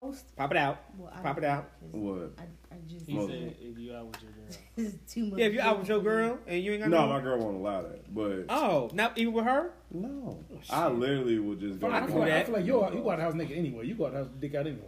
post. Pop it out. Well, I Pop it don't out. know, 'cause What? Oh. I, I just Well- He said if you out with your girl. this is too much. Yeah, if you out with your girl and you ain't got No, my girl won't allow that. But Oh, not even with her? no, I shit. literally will just go. Fuck, to do feel like, I that. feel like you out- you go out the house naked anyway. You go out the house dick out anyway.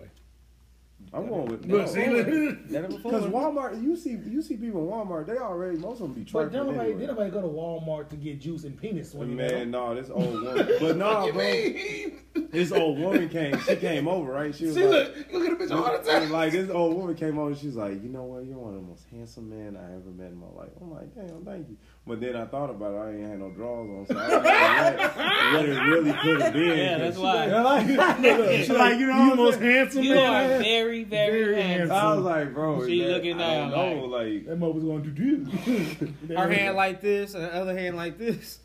I'm going with Look, no. see, look. Never before. Because Walmart, you see, you see people in Walmart, they already most of them be But twerking then nobody, then anyway. nobody go to Walmart to get juice and penis when you Man, know. no, this old woman. But no, bro, this old woman came. She came over, right? She was See, like, look, look at the bitch all the Like, time. Like this old woman came over, she's like, you know what, you're one of the most handsome men I ever met in my life. I'm like, damn, thank you. But then I thought about it, I ain't had no drawers on, so I don't know what, what it really could have been. Yeah, that's She why. Like, she's like, you know, what I'm saying? handsome You are I had. very, very, Very handsome. I was like, bro, She that, looking I don't down, know, like, That mother was going to do do. her hand like this and the other hand like this.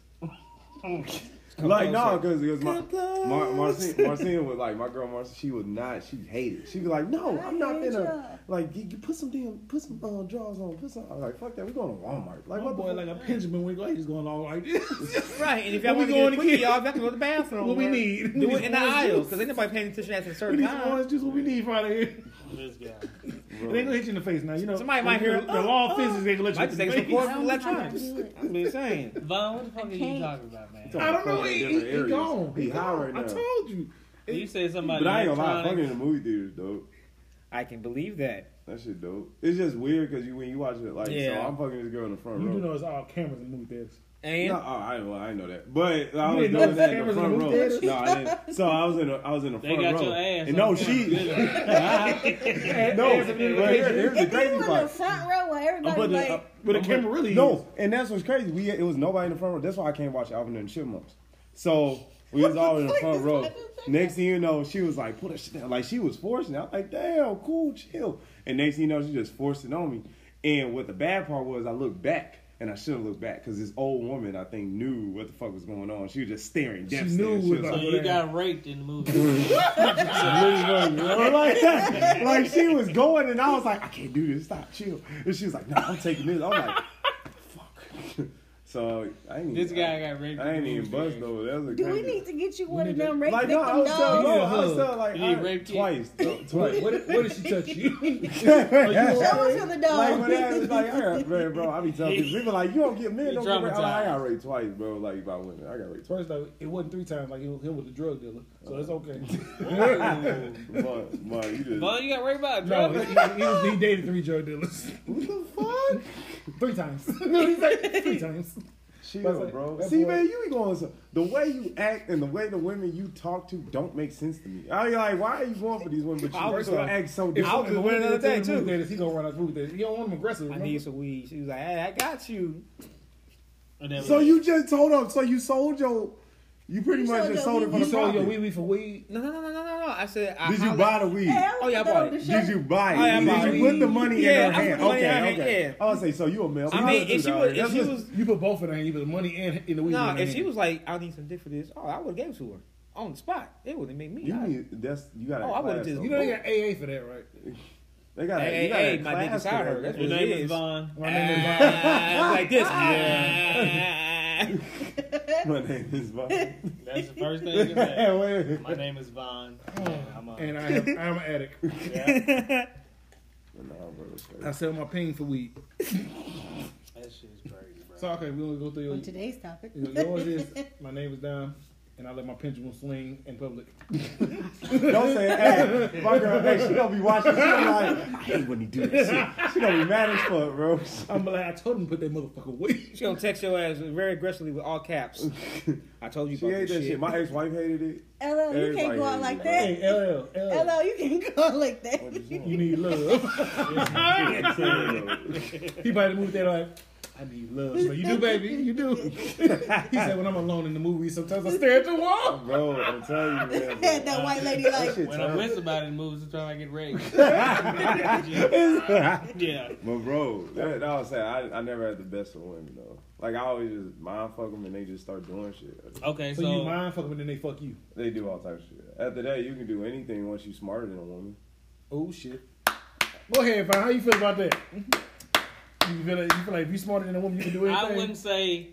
like closer. no, because because my Come closer. Mar- Marcin, Marcin was like my girl Marcin. She would not. She hated. She was like, no, I'm not hate gonna like you, you put some damn put some uh, drawers on. Put some. I was like, fuck that. We going to Walmart. Like My what boy the like a Benjamin Winkle. He's going all like this. Right, and if y'all What want to we get going to a quickie, get? y'all have to go to the bathroom. What we or need? We Do need it in the orange aisles, juice. because ain't nobody paying attention at a We certain need some time. orange juice. What we need from out of here. This guy. fuck? It ain't gonna hit you in the face now. You know Somebody might hear, the "Oh, long oh." fences ain't gonna let you Might just in the take some face. corn I from don't know how to electronics. do it. I'm just saying. Vaughn, what the fuck are you can't. talking about, man? I don't know. Fucking He, he, different he areas. gone. He high right I now. told you. You said somebody. But I ain't gonna lie, fucking in the movie theaters dope. I can believe that. That shit dope. It's just weird because you when you watch it like so Yeah. I'm fucking this girl in the front You do row. know it's all cameras and movie theaters. And No, oh, I, well, I know that, but I was You didn't know doing that in the cameras in front the row. movie theaters? No, I didn't. So I was in, a, I was in the They front got row. your ass. and no, on she, no. camera. As But if it- here- here's the If crazy you in the part. front row where I'm everybody putting it like, up- But the I'm camera putting- really is. no, and that's what's crazy. We it was nobody in the front row. That's why I can't watch Alvin and the Chipmunks. So we was all in the front row. Next thing you know, she was like, "Put that shit down." Like she was forcing. it. I'm like, "Damn, cool, chill." And next thing you know, she just forced it on me. And what the bad part was, I looked back, and I should have looked back because this old woman, I think, knew what the fuck was going on. She was just staring. She knew She was what the- So like, you got raped in the movie. or like that. Like she was going, and I was like, I can't do this. Stop, chill. And she was like, No, I'm taking this. I'm like, Fuck. So I ain't. This even- guy got raped. I in ain't the even movie bust theater. though. That was a do we crazy- need to get you one of need to- them rape Like no, I victim was telling You no, need dolls? a I was hug. telling like You need I- raped you? twice, though, What, twice. what, what did she touch you? Oh, That wasn't the Like when doll. that was like, I got, man, bro, I be telling people, people like, you don't get men, You don't get raped. I'm like, I traumatized. got raped twice, bro, like by women. I got raped twice. First though, it wasn't three times like he was, he was a drug dealer, so it's okay. But, but you just, Vaughn, Oh, you got raped by a No, drug. he, he, he, was, he dated three drug dealers, what the fuck? three times. no, he's like three times. That's Chill, like- bro. that See, boy- man, you be going so the way you act and the way the women you talk to don't make sense to me. I be like, why are you going for these women? But I you was first of all, like- act so If I was different. someone doing went another to the thing, movie too. theaters, he gonna run out food theaters. You don't want him aggressive. I Remember? need some weed. She was like, hey, I got you. And that was- So you just told them. So you sold your. You pretty You much sold your just sold it for weed. the you sold your profit. wee wee for weed. No, no, no, no, no, no. no. I said, I Did you hollered- buy the weed? Oh, yeah, I bought it. Did you buy it? Oh, yeah, I bought Did it. you put the money Yeah, in her I put hand? the money Okay, in her hand, okay. yeah. I would say so. You a male? I mean, if she was, if she was, You put both of them. You put the money and in the weed. no, in the if she hand. was like, I need some dick for this, oh, I would have gave it to her on the spot. It wouldn't make me. you I- need that's you got. Oh, I would've just- you know they got AA for that, right? They got. Hey, you got hey, a my dick class is for out that. her. That's Your what name it is is. Vaughn. My name is Bob. Ah, like this. Ah. My name is Vaughn. That's the first thing you said. My name is Vaughn. and I'm a- and I have, I'm an addict. yeah, I sell my pain for weed. that shit is crazy, bro. So okay, we're gonna go through On your, today's topic. yours is my name is Dom, and I let my pendulum swing in public. Don't say, hey, my girl, hey, she gonna be watching. She gonna be like, I hate when he do this shit. She gonna be mad as fuck, bro. I'm like, I told him to put that motherfucker away. She gonna text your ass very aggressively with all caps. I told you She about hate this that shit. shit. My ex-wife hated it. LL, you can't Everybody go out is like that. different. Hey, LL, LL, LL, you can't go out like that. you need love. he might have moved there like. I need love. So you do, baby. You do. he said, when I'm alone in the movies, sometimes I stare at the wall. bro, I'm telling you, man. Had that white lady That like, shit When I'm terrible. with somebody in the movies, I'm trying to get raped. yeah. But bro, that, that was sad. I, I never had the best of women though. Like I always just mind fuck them and they just start doing shit. Okay, So, so, you mind fucking and then they fuck you. They do all types of shit. After that, you can do anything once you smarter than a woman. Oh shit. Go ahead, Fine. How you feel about that? You feel like you feel like if you smarter than a woman, you can do anything. I wouldn't say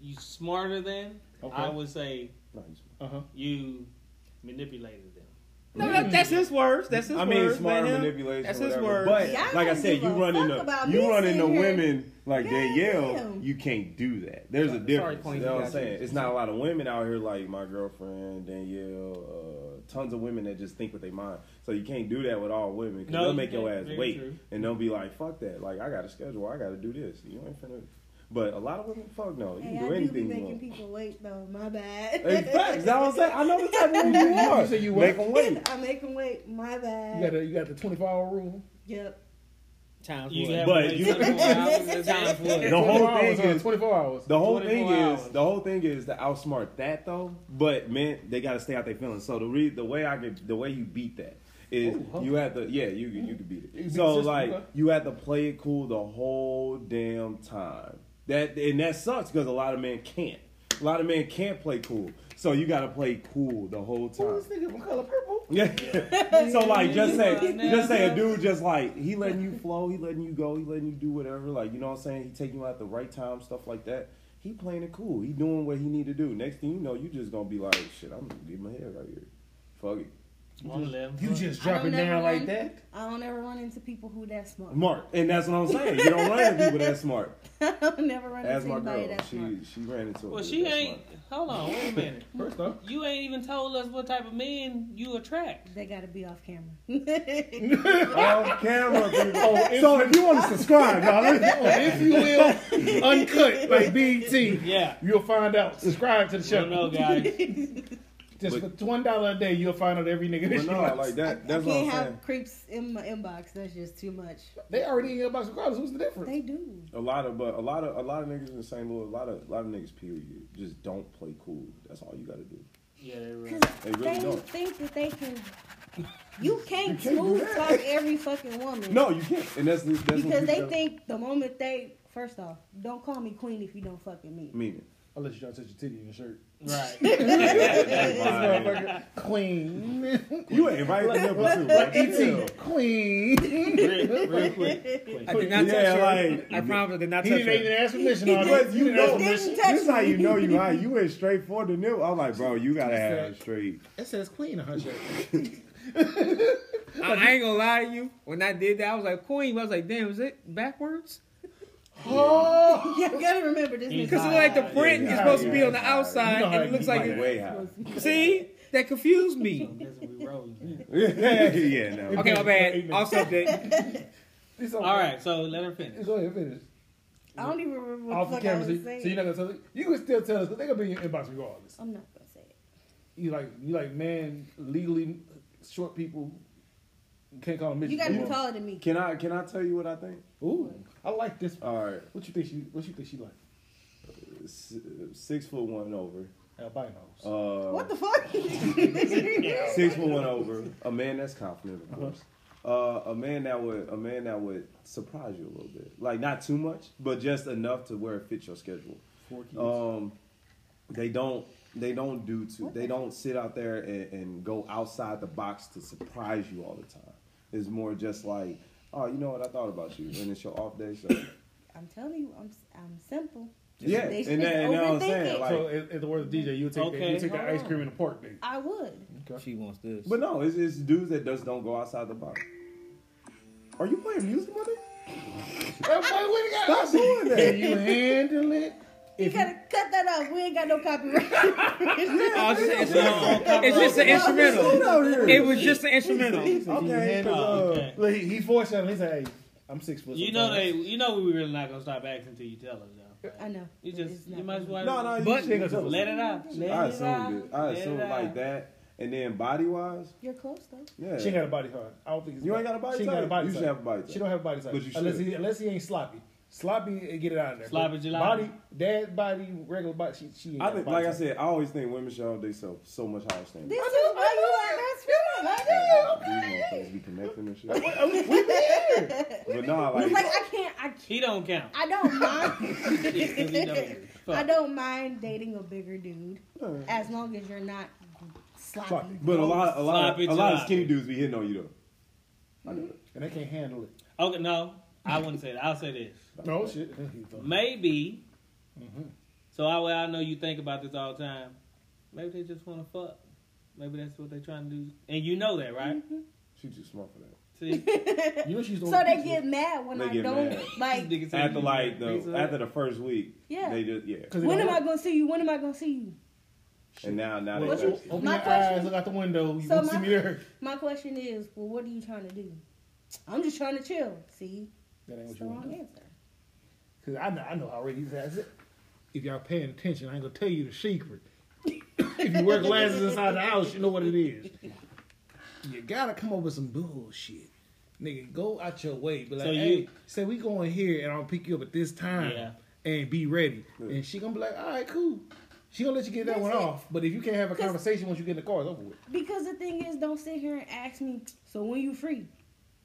you smarter than. Okay. I would say Not you smart. Uh huh. you manipulated them. No, that, that's his words. That's his I words. mean, let smart him- manipulation. That's or his whatever. words. But Y'all like I don't said, give you a run fuck into about me you run into sitting here. women like they yell. Goddamn. You can't do that. There's a Sorry, difference. Queen, you know you what I'm got you. saying? It's not a lot of women out here like my girlfriend Danielle. Uh, tons of women that just think with their mind. So you can't do that with all women. Cause No, they'll you make your can't. ass Very wait, true. and they'll be like, "Fuck that! Like I got a schedule. I got to do this. You ain't finna." But a lot of women, fuck no. You Hey, can do I do be anything you making want. people wait though. My bad. Hey, facts. That's what I'm saying. I know the type of woman you are. You said you make what? them wait. I make them wait. My You bad. got, a, you got the 24 hour rule? yep. Times You what? have But to wait you- 24 hours at a time for it. The whole 24 hours, thing huh? is- 24 hours. The whole thing 24 is hours. the whole thing is to outsmart that though. But man, they gotta stay out their feelings. So the re- the way I could the way you beat that is Ooh, huh. you have to yeah you you could beat it. You beat the so system, like okay. you have to play it cool the whole damn time. That and that sucks because a lot of men can't. A lot of men can't play cool. So you gotta play cool the whole Who time. is this nigga from color purple? Yeah. so like just say Yeah. just say a dude just like he letting you flow, he letting you go, he letting you do whatever, like you know what I'm saying? He taking you out at the right time, stuff like that. He playing it cool. He doing what he need to do. Next thing you know, you just gonna be like, shit, I'm gonna get my head right here. Fuck it. One limb. You just I drop it don't ever down like run- that? I don't ever run into people who that smart. Smart. And that's what I'm saying. You don't run into people that smart. I don't never run As into my anybody girl. that smart. She she ran into a Well, dude she that's ain't. Hold on, wait a minute. First off, You ain't even told us what type of men you attract. They gotta be off camera. smart. on camera, people. so if you want to subscribe, y'all, if you will, uncut like BT, Yeah. you'll find out. Subscribe to the You show. don't know, guys. Just for one dollar a day, you'll find out every nigga. But that no, you like that. I That's what I'm can't have saying. creeps in my inbox. That's just too much. They already in your box regardless. What's the difference? They do. A lot of, but a lot of, a lot of niggas in St. Louis, a lot of, a lot of niggas, period, just don't play cool. That's all you got to do. Yeah, they were. Cause They they, really don't. think that they can. You can't can't do smooth that. talk every fucking woman. No, you can't. And that's that's what because you they gotta- think the moment they first off, don't call me queen if you don't fucking me. mean it. Unless you try to touch your titty in your shirt. Right. That's Motherfucker, Queen. fine. you ain't invited to Nipple too. Like Like ET. Queen. Real, real quick. quick. I did not touch Yeah, her. like- I promise I did not He touch didn't even her. ask permission. all day. But He you didn't know, ask this Didn't permission. touch is how you me. know you high. You went straight for the nipple. I'm like, bro, you gotta have straight. It says queen on her shirt. I, I ain't gonna lie to you. When I did that, I was like, Queen. I was like, damn, is it backwards? Oh, Yeah, you gotta remember this. nigga- Because like the print yeah, is supposed to yeah. be on the outside, You know how and it it looks be like. like it- Way high. See, that confused me. That's what we rolling. yeah, no. Okay, my bad. Amen. Off subject. it's okay. All right, so let her finish. Go ahead, finish. I don't even remember what Off the fuck the camera, I so, was you- saying. so you're not gonna tell us. You can still tell us, but they gonna be in your inbox regardless. I'm not gonna say it. You like, you like, man, legally short people you can't call them bitches. You gotta be Ooh. taller than me. Can I can I tell you what I think? Ooh, I like this. one. All right, What you think she? What you think she like? S- six foot one and over. Albinos. Uh, What the fuck? Six foot one over. A man that's confident, of course. Uh, a man that would a man that would surprise you a little bit, like not too much, but just enough to where it fits your schedule. Four kids. Um, they don't they don't do to they don't sit out there and, and go outside the box to surprise you all the time. It's more just like, oh, you know what I thought about you, and it's your off day. So I'm telling you, I'm s- I'm simple. yeah, They and that, and now I'm overthink saying it. like, so, in, in the words of DJ, you would take that, Okay, you would take that hold ice on. cream in the park thing. I would. She wants this. but no, it's, it's dudes that just don't go outside the box. Are you playing music, mother? Everybody, we got- Stop doing Can that. you handle it? You If gotta cut that off. We ain't got no copyright. Oh, it's, it's, it's just an Dude instrumental. out here. It was just an instrumental. If you Okay, handle- 'cause, uh, Oh, Okay. Look, he, he foreshadowed. He said, "Hey, I'm six foot." You know they. sometimes." You know we really not gonna stop acting until you tell us though. I know. You It just. is not You might as well. no, no, you But- should tell us. Let it out. Let I it out. assumed it. I Let it assumed like out. that, and then body wise, You're close though. yeah. She ain't got a body type. I don't think it's You ain't got a body She ain't got type. a body You type. should have a body type. She don't have a body type. But you unless should. he unless he ain't sloppy. Sloppy, eh, get it out of there. Sloppy But jalopy. Body, dad body, regular body. She, she ain't I got a think, body like I type. said, I always think women should hold themselves so much higher standards. This is why you are my friend. These motherfuckers be connecting and shit. we be here. But I nah, do. Like like, I can't. I can't. He don't count. I don't mind. don't. Fuck. I don't mind dating a bigger dude as long as you're not sloppy. but a lot, a lot, Sloppy a lot of Johnny. skinny dudes be hitting on you though. I know it. And they can't handle it. Okay, no, I wouldn't say that. I'll say this. No shit. Maybe. Mm-hmm. So I, I know you think about this all the time. Maybe they just want to fuck. Maybe that's what they're trying to do. And you know that, right? She too smart for that. See, You know she's the So only they person- get mad when They I get don't mad. like. Nigga said After you like think the so. after the first week, Yeah. they just yeah. 'Cause they When don't am I want- gonna see you? When am I gonna see you? And now now they What's your- thirsty. Open My your question- eyes, look out the window. You So won't my- see me there. My question is, well, what are you trying to do? I'm just trying to chill. See, That that's ain't what the you want wrong to do. answer. Because I know, I know how Ricky's has it. If y'all paying attention, I ain't going to tell you the secret. if you wear glasses inside the house, you know what it is. You got to come up with some bullshit. Nigga, go out your way. Be like, So hey, you- say we going here and I'll pick you up at this time Yeah. and be ready. Yeah. And she going to be like, all right, cool. She going to let you get that That's one it. off. But if you can't have a 'Cause- conversation once you get in the car, it's over with. Because the thing is, don't sit here and ask me. So when you free?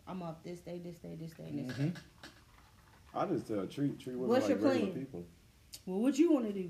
I'm off this day, this day, this day, and Mm-hmm. this day. I just tell treat treat women What's like your regular plan? people. Well, what you want to do?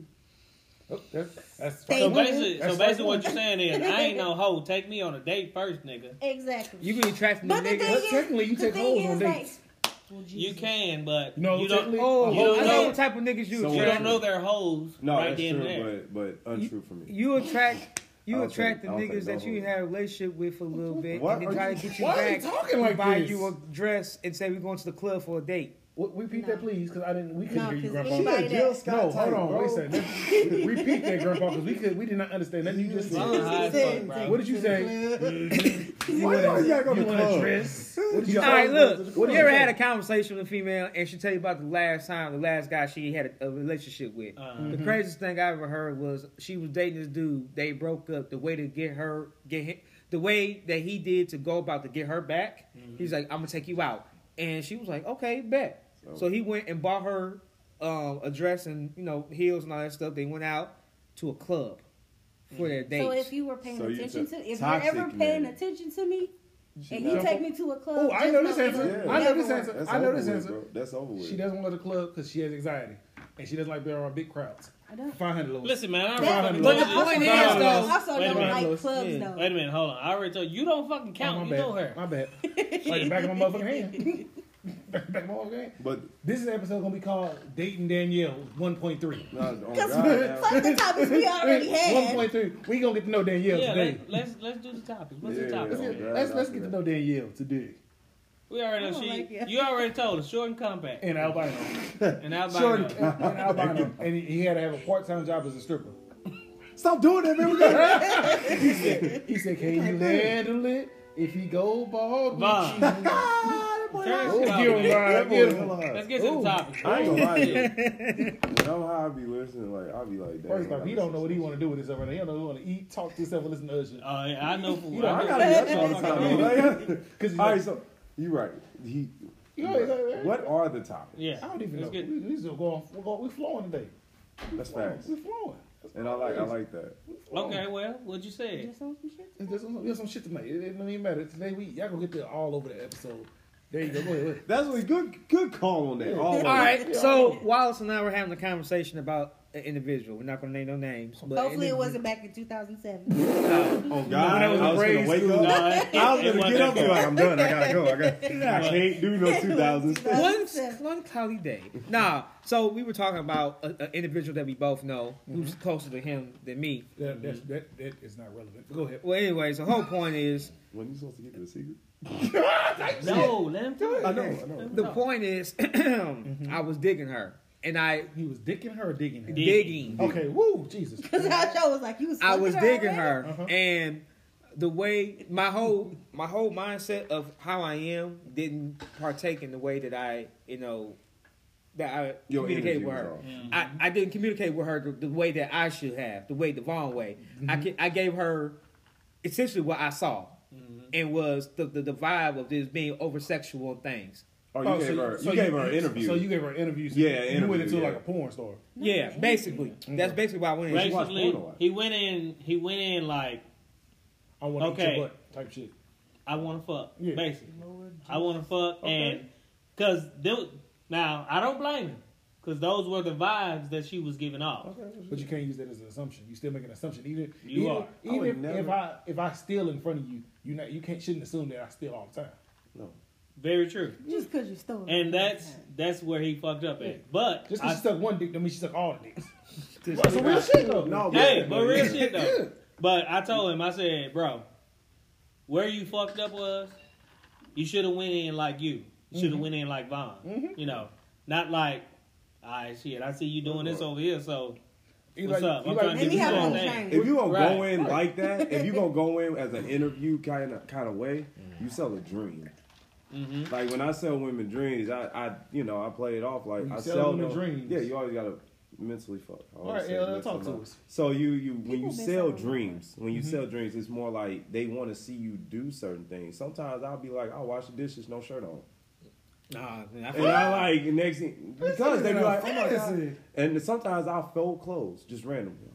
Oh, that's, that's Thank so So you. much. basically, so That's basically, like- what you're saying is, I ain't no hoe. Take me on a date first, nigga. Exactly. You be attracting the but the thing nigga. Well, is, technically, you the take thing hoes on is, dates. like, well, You Jesus. can, but No, you technically- don't. Oh, You don't I know know- what type of niggas you So You attract. don't know their hoes No, right that's then true, and there. but but untrue for me. You attract I you don't attract think- I the don't niggas think that no you homo. had a relationship with for a little bit What and are then try you- to get you why are you back. talking like buy this? you a dress and say we're going to the club for a date. What- Repeat No. that, please, because I didn't. We couldn't No, hear you, 'cause Grandpa. anybody- Yeah, Jill Scott No, type, hold on. bro. Wait a second. Repeat that, Grandpa, because we could. We did not understand nothing you just I'm said. high as fuck, bro. What did you say? You Why want y'all gotta go to a, you the want a club? dress? What did you All right, look. What you did ever you had a say? conversation with a female and she tell you about the last time, the last guy she had a, a relationship with? Uh, Mm-hmm. The craziest thing I ever heard was she was dating this dude. They broke up. The way to get her, get him, the way that he did to go about to get her back. He's like, "I'm gonna take you out," and she was like, "Okay, bet." So, he went and bought her um, a dress and you know heels and all that stuff. They went out to a club for their date. So if you were paying So you attention took to, if you're toxic ever paying men. attention to me, She and you not- take me to a club, Oh, I just know this it answer. would I know never this work. answer. That's I know over this with, answer. bro. That's over with. She doesn't want to go to the club because she has anxiety, and she doesn't like being around big crowds. I don't. Five hundred low. listen, man. I That's- already but told the you- point Wait is, a minute, though- I also wait a don't minute. like Carlos. clubs Yeah. though. Wait a minute. Hold on. I already told you. You don't fucking Oh, count. my You bad. know her. My bad. like the back of my motherfucking hand. back of my motherfucking hand. but This is episode gonna be called Dayton Danielle 1.3. no, on God, Because now. fuck the topics we already had. 1.3. We gonna get to know Danielle Yeah, today. let, let's let's do the topic. What's Yeah, the topic? Let's get, Yeah, let's, that's let's get to good. know Danielle today. We already know I she. don't like it. you already told us short and compact. And albino. And Shorty. albino. And albino. And he- he had to have a part time job as a stripper. Stop doing that, man. We got He said, he said Can you handle it? If he go bald, Vaughn. we cheat." Turn Oh, this shit give off, him, man. Vaughn, give him. Let's get to the Ooh. topic. I ain't gonna lie to you. When I'm high, I be listening. Like I be like, damn. First off, I he got don't know some what he shit. want to do with himself right now. He don't know what he want to eat, talk to himself, and listen to us. Uh, yeah, I know for You what. know, I I know gotta for get up all the time. though. Because he's All like, right, so you right. He. You always like that. What are the topics? Yeah. I don't even know. Let's get- we, we just going, we're going, we flowing today. That's facts. We're flowing. And I like I like that. We flowing. Okay, well, what you said? Just on some shit. It's just some, there's some shit tonight. It, it don't even matter. Today we y'all gonna get there all over the episode. There you go. Go ahead. That's what good good call on that. Oh, All, of All it. right, so Wallace and I were having a conversation about an individual. We're not going to name no names, but Hopefully, it indiv- wasn't back in 2007. Oh God, that was I was praise gonna wake through up. No, it- it- I was it gonna wasn't get up and that be far. like, I'm done. I gotta go. I, gotta, I can't do no 2000s. one, one cloudy day. Nah, so we were talking about an individual that we both know who's Mm-hmm. closer to him than me. That, that's, that that is not relevant. Go ahead. Well, anyways, the whole point is When you supposed to get to the secret? No, let him do it. I know. I know. the point is I was digging her and I He was dicking her or digging her. Dick. digging. Okay. Woo. Jesus. Because our show was like, you was I was fucking digging her, already? Uh-huh. and the way my whole my whole mindset of how I am didn't partake in the way that I you know that I Your communicated energy with was her. off. I, I didn't communicate with her the, the way that I should have, the way the wrong way. Mm-hmm. I ca- I gave her essentially what I saw, and was the, the the vibe of this being over sexual and things. Oh, you gave her. You gave her an interview. So you gave her an interview. So Yeah, you interview, went into yeah. like a porn star. yeah, basically, that's basically why I went. in. Right. watched Basically, porn a lot. he went in. He went in like I want to Okay. eat your butt type shit. I want to fuck. Yeah. Basically, I want to fuck, and because now I don't blame him, because those were the vibes that she was giving off. But you can't use that as an assumption. You still make an assumption. Even You even, are. I would even never- if I if I steal in front of you, you not you can't shouldn't assume that I steal all the time. No. Very true. Just because you stole it. And that's that's where he fucked up Yeah. at. But Just I, because she suck one dick, don't mean she suck all the dicks. That's some real shit though. No, hey, but- but real shit though. But I told him, I said, bro, where you fucked up was, you should have went in like you. You Mm-hmm. should have went in like Vaughn. You know, not like, all right, shit, I see you doing this over here, so You What's like, up? you I'm like, trying to you Let me have like- get you one on that. change. If you gonna go Right. in like that, if you gonna go in as an interview kind of kind of way, you sell a dream. Mm-hmm. Mhm. Like when I sell women dreams, I, I you know I play it off like You I sell sell women them- dreams. Yeah, you always gotta mentally fuck. I always All right, say yeah, let's mentally talk to fuck. us. Mm-hmm. So you you when People you been sell selling dreams, when you sell dreams, it's more like they want to see you do certain things. Sometimes I'll be like, I'll wash the dishes, no shirt on. Nah, man, I And I like next thing because they be like, oh my god. Fantasy. And sometimes I'll fold clothes just randomly.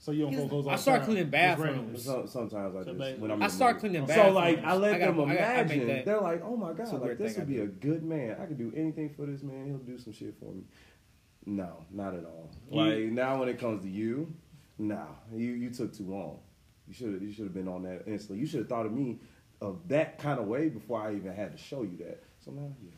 So you don't He's- fold clothes I outside. start cleaning Just random. bathrooms. So, sometimes I So just basically- when I'm I in the start mood. cleaning So bathrooms. like I let I gotta- them I gotta- I make imagine that- they're like, oh my That's a god, like weird this thing would I be do. a good man. I could do anything for this man. He'll do some shit for me. No, not at all. You- like now when it comes to you, nah, you you took too long. You should you should have been on that instantly. You should have thought of me of that kind of way before I even had to show you that. So now yeah.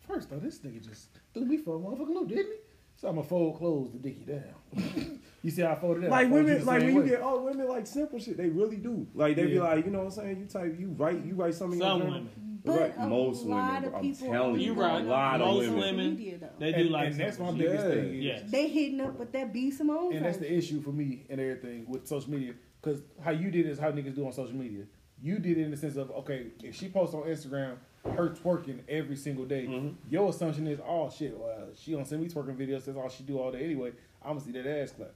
First though, this nigga just threw me for a motherfucking loop, didn't he? So I'ma fold clothes to dig you down. you see how I folded it? like I fold you women, the like same when you way. get oh women like simple shit, they really do. Like they be Yeah. like, you know what I'm saying? You type, you write, you write something. in your Some journal. women. But right? a most lot women. of I'm people telling are you, You're right. a lot Most of women. women. Media, though. They do and, like and that's my something. biggest Yeah. thing. Is, Yes. They hitting up with that B Simone. And that's verse. the issue for me and everything with social media. Because how you did it is how niggas do on social media. You did it in the sense of, okay, if she posts on Instagram her twerking every single day, your assumption is, oh shit, well, she don't send me twerking videos, that's all she do all day anyway. I'm gonna see that ass clap.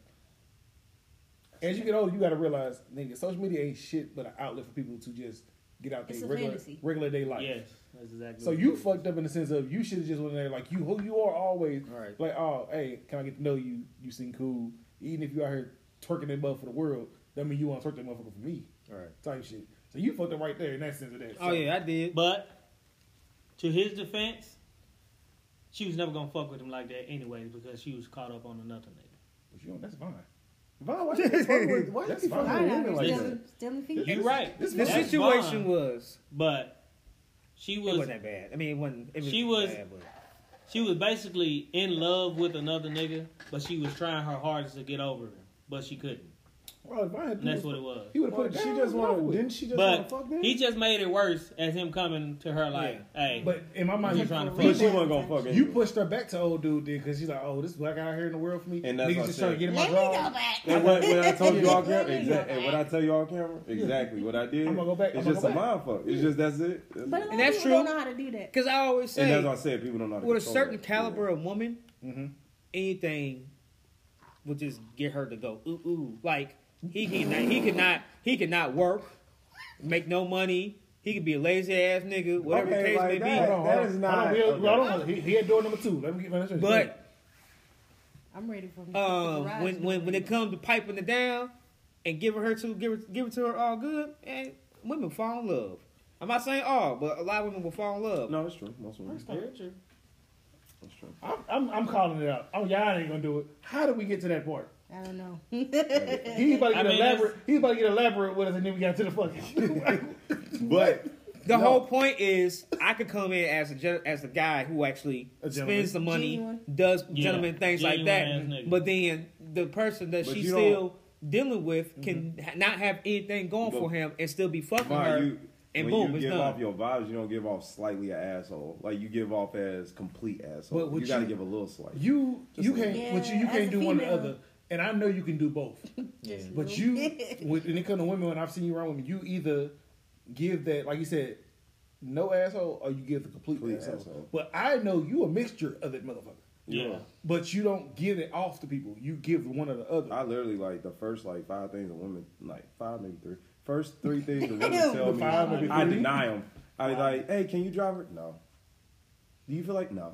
As you get older, you gotta realize, nigga, social media ain't shit but an outlet for people to just get out It's their a regular, fantasy. regular day life. Yes, that's exactly. So what you it is. fucked up in the sense of you should have just went in there like you who you are always Right. like oh hey can I get to know you you seem cool even if you out here twerking that mother for the world that mean you want to twerk that motherfucker for me Right. type shit so you fucked up right there in that sense of that Oh So, yeah, I did. But to his defense, she was never gonna fuck with him like that anyway because she was caught up on another nigga. but you don't, that's fine Vaughn, why you keep fucking with- why you That's keep fucking Line out with women here like stealing, that? stealing features. You're right. this The That's situation fine. was But she it was wasn't that bad. I mean, it wasn't. It was She was- Bad, but- she was basically in love with another nigga, but she was trying her hardest to get over him, but she couldn't. well if I had And that's what it it was. he would have Well, put it She down just and want over to. with. Didn't she just want But to fuck them? he just made it worse as him coming to her like, "Hey, but in my mind You you trying to But fuck. she wasn't gonna fuck him. you pushed her back to old dude then because she's like oh this black out here in the world for me And that's what niggas I just said. trying to get in my Let me go draw back. And what, when I told you all Let camera, me go exactly. What I back. tell you all camera, exactly what I did. I'ma go back, It's I'ma just go a back. mind fuck. It's just that's it. But a lot And And that's of people don't true. know how to do that. Because I always say, that's why I said Mm-hmm. people don't know. how to with a control certain that. caliber of woman, Mhm. anything would just get her to go ooh ooh. Like he can he could not he could not work, make no money. He could be a lazy ass nigga, whatever the Okay, case like may that. be. is not- Hold on, we'll- okay. hold on. He, he had door number two. Let me get my next one. But I'm ready for him. to um, rise when now. when when it comes to piping it down and giving her to give it, give it to her all good, and women fall in love. I'm not saying all, but a lot of women will fall in love. No, it's true. Most women. Very true. That's true. I'm, I'm, I'm calling it out. Oh, y'all ain't gonna do it. How did we get to that part? I don't know. He's about to I get mean, elaborate. He's about to get elaborate with us, and then we got to the fucking. But The No. whole point is, I could come in as a gen- as a guy who actually A gentleman. spends the money, Genuine. does Yeah, gentleman things like genuine ass that. nigga. But then the person that But she's you don't- still dealing with can ha- not have anything going But- for him and still be fucking Vaughn, her. you, and when boom, you it's give done. off your vibes, you don't give off slightly an asshole. Like you give off as complete asshole. But would you gotta you- give a little slight. you you can't. Yeah, but you, you as can't a do one or the female. other. And I know you can do both. Just But little- you, with, when it comes to women, when I've seen you around women, you either give that, like you said, no asshole, or you give the complete, Complete asshole. asshole. But I know you a mixture of that motherfucker. Yeah. But you don't give it off to people. You give one or the other. I literally like the first like five things a woman like five maybe three. First three things a woman Ew. tell me, Five, maybe I three. deny them. I like, hey, can you drive her? No. Do you feel like no?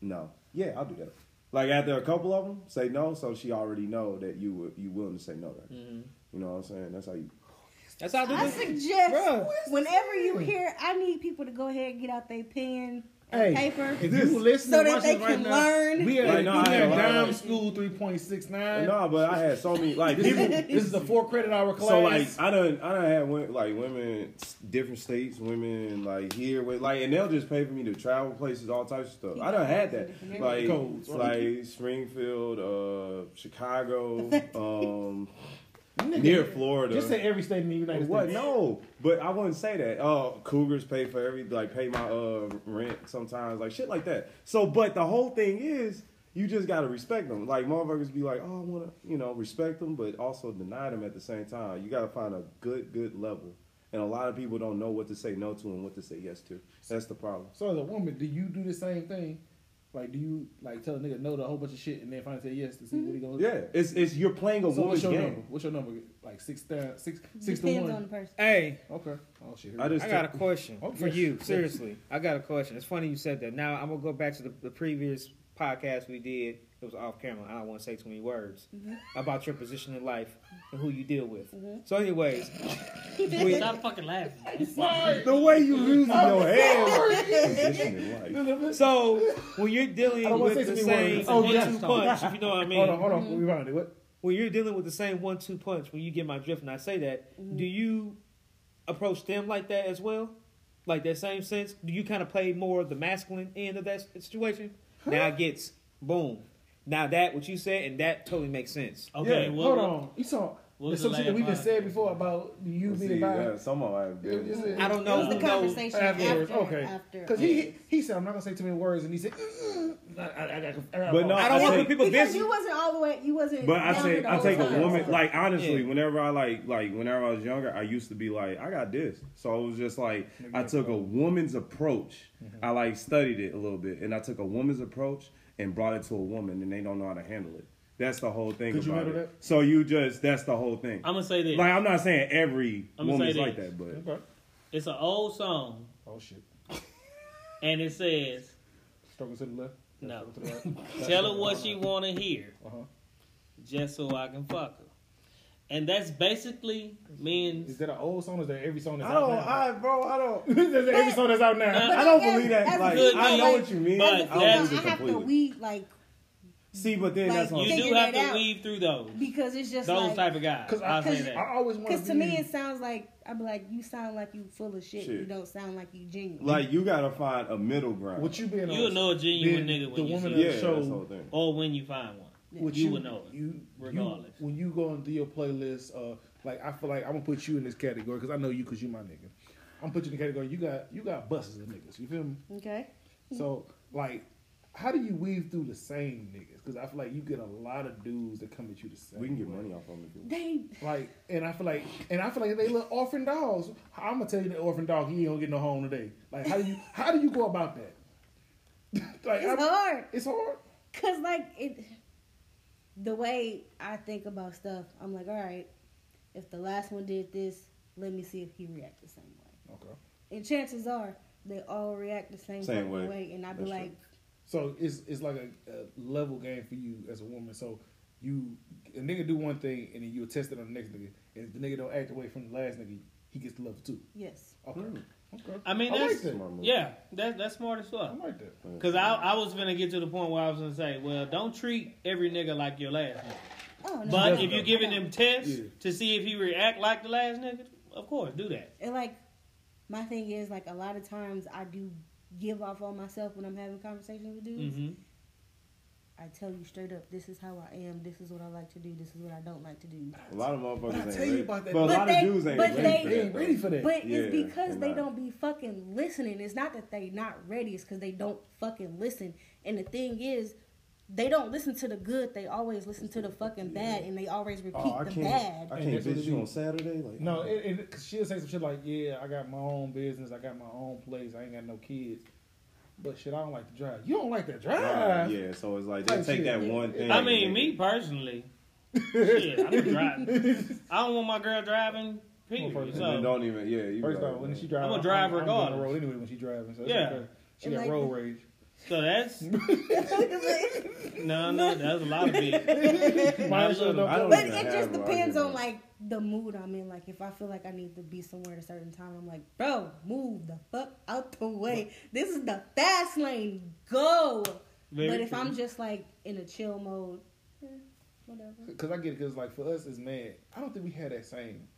No. Yeah, I'll do that. Like after a couple of them say no, so she already know that you were you willing to say no. To her. Mm-hmm. You know what I'm saying? That's how you. That's how I do I it. suggest Bruh. whenever you hear, I need people to go ahead and get out their pen and Hey, paper If This- you listen so to that watch they this right can now, learn. we had, Right now, we I had ain't lying. dime school three point six nine. No, but I had so many like this, people. is, this is a four credit hour class. So like I done I done had wo- like women different states, women like here with like and they'll just pay for me to travel places, all types of stuff. I done had that. Like Codes, right. like Springfield, uh Chicago, um near Florida. just say every state in the United What? States. No, but I wouldn't say that. Uh, Cougars pay for every like pay my uh rent sometimes, like shit like that. So, but the whole thing is, you just gotta respect them. Like motherfuckers be like, oh, I wanna, you know, respect them, but also deny them at the same time. You gotta find a good, good level. And a lot of people don't know what to say no to and what to say yes to. That's the problem. So as a woman, do you do the same thing? Like, do you like tell a nigga no to a whole bunch of shit and then finally say yes to see what he goes? Mm-hmm. Yeah, it's it's you're playing a So woman's what's your game. number? What's your number? Like six, th- six, six to Depends on the one. person. Hey, Okay. Oh shit. here I we just I got a question Oh, for yes. you. Seriously, I got a question. It's funny you said that. Now I'm gonna go back to the, the previous podcast we did. It was off camera. I don't want to say too many words about your position in life and who you deal with. So, anyways, with- Stop fucking laughing. the way you lose your head. Position in life. go. so when you're I dealing don't with wanna say the too many same words. Oh, one-two yes. punch, if you know what I mean. Hold on, hold on. Mm-hmm. We round it. What? when you're dealing with the same one-two punch, when you get my drift, and I say that, Mm-hmm. do you approach them like that as well? Like that same sense? Do you kind of play more the masculine end of that s- situation? Now it gets boom. Now that what you said, and that totally makes sense. Okay, Yeah, well, hold on. You saw what there's was some the shit that we've been last said podcast? before about you See, being yeah, bi. some of them have been- It's- I don't It was know. the who knows- conversation Afterwards, after. okay. After. Because he he said I'm not gonna say too many words, and he said, "Mm-mm." I, I, I, got- I, got- But no, I I don't work say- with people because busy. you wasn't all the way. You wasn't. But I down take here the I whole take a time. woman like honestly, Yeah. whenever I like like whenever I was younger, I used to be like, I got this. So it was just like I took a woman's approach. Mm-hmm. I like studied it a little bit and I took a woman's approach and brought it to a woman and they don't know how to handle it. That's the whole thing Could you about handle it. So you just that's the whole thing. I'm gonna say this. like I'm not saying every I'ma say woman's this. like that, but Okay. It's an old song, Oh shit. and it says, Struggle to the left. "No, struggle to the right. tell her what she wanna hear, Uh-huh. just so I can fuck her." And that's basically Is men's. that an old song? Or is that every song that's I out don't now? I bro, I don't Is that every song that's out now? Uh, I don't But as- believe that. as a Like good I know man, what you mean. but I As a female, don't believe that's- it I have to completely. weed like See, but then like, that's what I'm You saying. do Figure have that to out. weave through those. because it's just Those like, type of guys. Because I, I'll say cause- that. I always want Because to be- me, it sounds like I'd be like, you sound like you full of shit. Shit. You don't sound like you genuine. Like you gotta find a middle ground. What you being You'll on- know a genuine being nigga when the you woman see of yeah, the it, that's show. the whole thing. or when you find one. what You will know it, You, regardless. you- when you go and do your playlist, uh, like I feel like I'm gonna put you in this category because I know you because you my nigga. I'm gonna put you in the category. You got you got buses of niggas. You feel me? okay. So like, how do you weave through the same niggas? Because I feel like you get a lot of dudes that come at you the same. We can get way. money off of them. They Like, and I feel like, and I feel like they little orphan dogs. I'm gonna tell you, the orphan dog, he ain't gonna get no home today. Like, how do you, how do you go about that? like, it's I- hard. It's hard. Cause like it, the way I think about stuff, I'm like, all right, if the last one did this, let me see if he react the same way. Okay. And chances are they all react the same, Same fucking way. way. and I'd be That's like, So it's it's like a, a level game for you as a woman. So you a nigga do one thing and then you test it on the next nigga, and if the nigga don't act away from the last nigga, he gets the level two. yes, Okay. Mm. Okay. I mean, I that's like that. Smart move. yeah, that, that's smart as I fuck. like that. Cause I, I was gonna get to the point where I was gonna say, well, don't treat every nigga like your last nigga. oh no. But Definitely. if you're giving him tests Yeah. to see if he react like the last nigga, of course, do that. and like my thing is like a lot of times I do give off on myself when I'm having conversations with dudes. hmm I tell you straight up, this is how I am. This is what I like to do. This is what I don't like to do. A lot of But I motherfuckers ain't tell you ready. about that- But a But lot they- of dudes ain't but they- ready. for They that, ain't though. ready for that. But it's Yeah, because they they not. don't be fucking listening. It's not that they not ready. It's because they don't fucking listen. And the thing is, they don't listen to the good. They always listen to the fucking bad, and they always repeat Oh, I the can't. bad. I can't And that's what visit it you is. on Saturday. Like no, and, and 'cause she'll say some shit like, "Yeah, I got my own business. I got my own place. I ain't got no kids." But shit, I don't like to drive. You don't like to Right, drive. yeah. So it's like Like just take shit. that one thing. I mean, me personally, shit, I don't drive. I don't want my girl driving. Period. first And then So don't even. Yeah. You First right, off, when man. she drives, I'm a driver I'm, I'm on the regardless. road anyway when she driving. So it's Yeah. okay. she And got like- road rage. So that's no, no. That's a lot of big. Mine should little- I have- don't But even it have just an depends on argument. like the mood I'm in. Like if I feel like I need to be somewhere at a certain time, I'm like, bro, move the fuck out the way. This is the fast lane. Go. Very but if true. I'm just like in a chill mode, eh, whatever. Because I get it. Because like for us as men, I don't think we had that same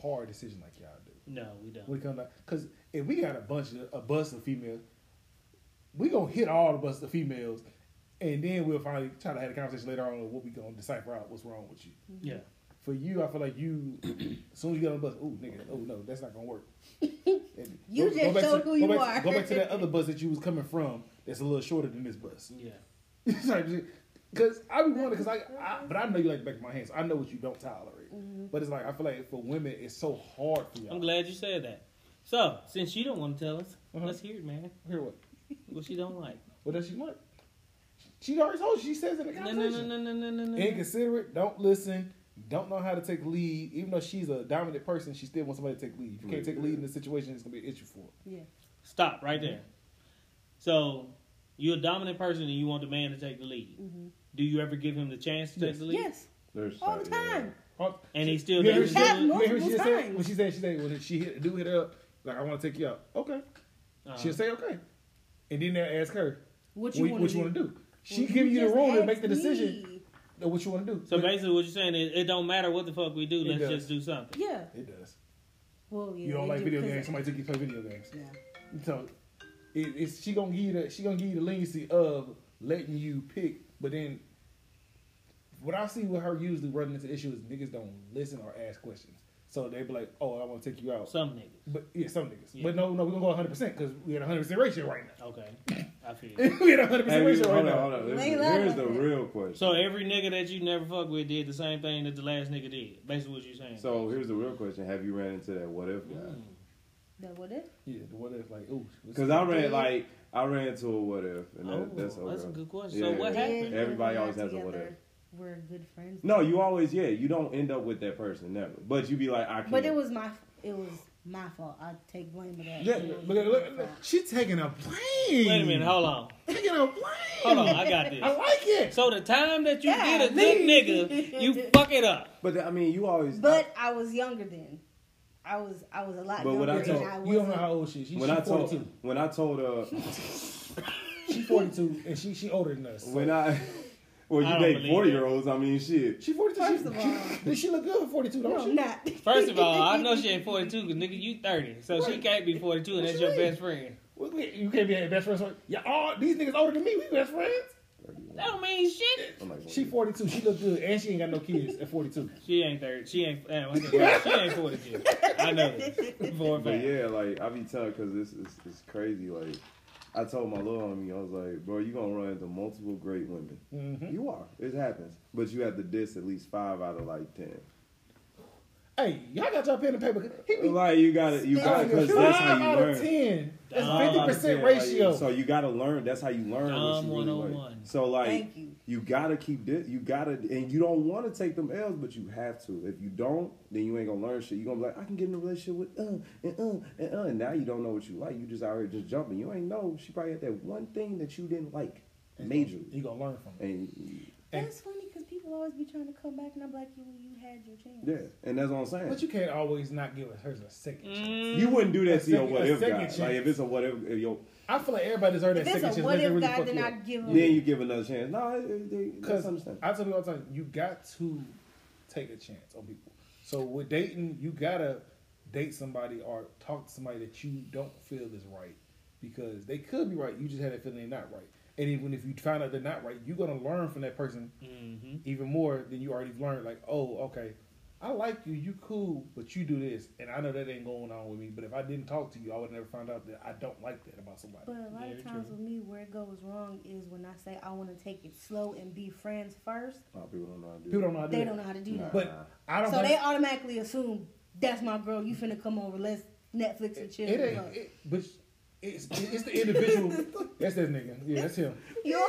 hard decision like y'all do. No, we don't. We come because if we got a bunch of a bus of females, we gonna hit all the bus of females, and then we'll finally try to have a conversation later on of what we gonna decipher out what's wrong with you. yeah. For you, I feel like you, as soon as you get on the bus, oh nigga, oh no, that's not gonna work. And You just back showed to- who you go back, are. Go back to that other bus that you was coming from. That's a little shorter than this bus. Yeah. Because I be wondering, because I, I, but I know you like the back of my hands. I know what you don't tolerate. Mm-hmm. But it's like I feel like for women, it's so hard for y'all. I'm glad you said that. So since you don't want to tell us, Uh-huh. let's hear it, man. Hear what? What she don't like? What does she want? She already told you. She says in the No, conversation. no, no, no, no, no, no, no. Inconsiderate. Don't listen. Don't know how to take lead. Even though she's a dominant person, she still wants somebody to take lead. If you can't take lead in this situation, it's gonna be an issue for. her. Yeah. Stop right there. So you're a dominant person and you want the man to take the lead. Do you ever give him the chance to take the lead? Yes. There's All the not- yeah. time. Oh, And he still you hear doesn't what she Have said? You hear what multiple she said? times. When she said she said when she hit, do hit her up like I want to take you out. Okay, Uh, she'll say okay, and then they will ask her What what you you, wanna what you do? want to do. She Well, give you the just room to asked make the decision me. of what you want to do. so But basically, what you're saying is it don't matter what the fuck we do. It Let's does. just do something. Yeah. it does. Well, yeah. You don't they like do, video 'cause- games. Somebody took you to play video games. Yeah. So it, it's she gonna give you the she gonna give you the leniency of letting you pick, but then what I see with her usually running into issue is niggas don't listen or ask questions. So they be like, "Oh, I want to take you out," Some niggas. but yeah, some niggas. Yeah. But no, no, we gonna go 100 percent because we at 100 percent ratio right Okay, I feel. you. now. we at 100 Hey, percent wait, ratio right hold on, now. hold on. This They is- love Here's it. the real question. So every nigga that you never fuck with did the same thing that the last nigga did. Basically, what you're saying. So here's the real question: Have you ran into that what if guy? That what it? Yeah, the what if like, ooh, what's- Because I ran like I ran into a what if, and that, Oh, that's that's, over. a good question. So Yeah. what Yeah. happened? Everybody We're always has a together. what if. We're good friends. No, you always yeah. You don't end up with that person never, but you be like I can't. But it was my it was my fault. I take blame for that. yeah, It was look, at- my look, look, fault. she taking a plane. Wait a minute, hold on, taking a plane. hold on, I got I this. like it. So the time that you Yeah, get a me. good nigga, you fuck it up. But I mean, you always. But I was younger then. I was I was a lot But what younger. I and I told- you don't know wasn't- how old she is. She, when she I told 42. when I told uh She 42 and she she older than us. so- when I well I don't you date believe four that. year olds. I mean shit. She 42. First she, of all- she, did she look good for 42? Don't No, she? I'm not. First of all, I know she ain't 42 because nigga, you 30. So she can't be 42 and What that's you your mean? best friend. What- what- You can't be her best friends. with- Yeah, all these niggas older than me. We best friends. That don't mean shit. I'm like, She 42. She look good and she ain't got no kids at 42. She ain't 30. She ain't, eh, damn, I can't- she ain't 42. I know this. For a But fact. yeah, like I be telling because this is it's crazy. Like I told my little homie, I was like, bro, you gonna run into multiple great women. Mm-hmm. You are. It happens. But you have to diss at least five out of like ten. Hey, y'all got y'all pen and paper. He be Like you gotta you gotta because that's how five you out of learn. 10. That's Five out of 50% 10, ratio. Like, so you gotta learn. That's how you learn. Dumb what you really like. 101. So like Thank you. gotta keep this. You gotta and you don't want to take them L's, but you have to. If you don't, then you ain't gonna learn shit. You gonna be like, I can get in a relationship with uh and uh and uh. And now you don't know what you like. You just out here just jumping. You ain't know she probably had that one thing that you didn't like majorly. you gonna learn from it. And That's funny because people always be trying to come back, and I'm like, you, you had your chance. yeah, and that's what I'm saying. But you can't always not give her a second chance. Mm. You wouldn't do that to your second- what a if second guy. chance. Like if it's a what if, if your, I feel like everybody deserves If that second it's a chance. what unless they if really guy, fuck then you I up. give him. then you give another chance. No, it- it- they, that's Because understandable. I tell people all the time, you got to take a chance on people. So with dating, you gotta date somebody or talk to somebody that you don't feel is right because they could be right. You just had that feeling they're not right. And even if you find out they're not right, you're gonna learn from that person Mhm. even more than you already learned. Like, oh, okay, I like you, you cool, but you do this, and I know that ain't going on with me. But if I didn't talk to you, I would never find out that I don't like that about somebody. But a lot Very of times true. with me, where it goes wrong is when I say I want to take it slow and be friends first. A lot of people don't know how to do People that. don't know how to do They that. don't know how to do that. But I don't. So have- they automatically assume that's my girl. You finna come over. Let's Netflix and It chill. ain't, it, but it's, it's the individual. that's that nigga. Yeah, that's him. you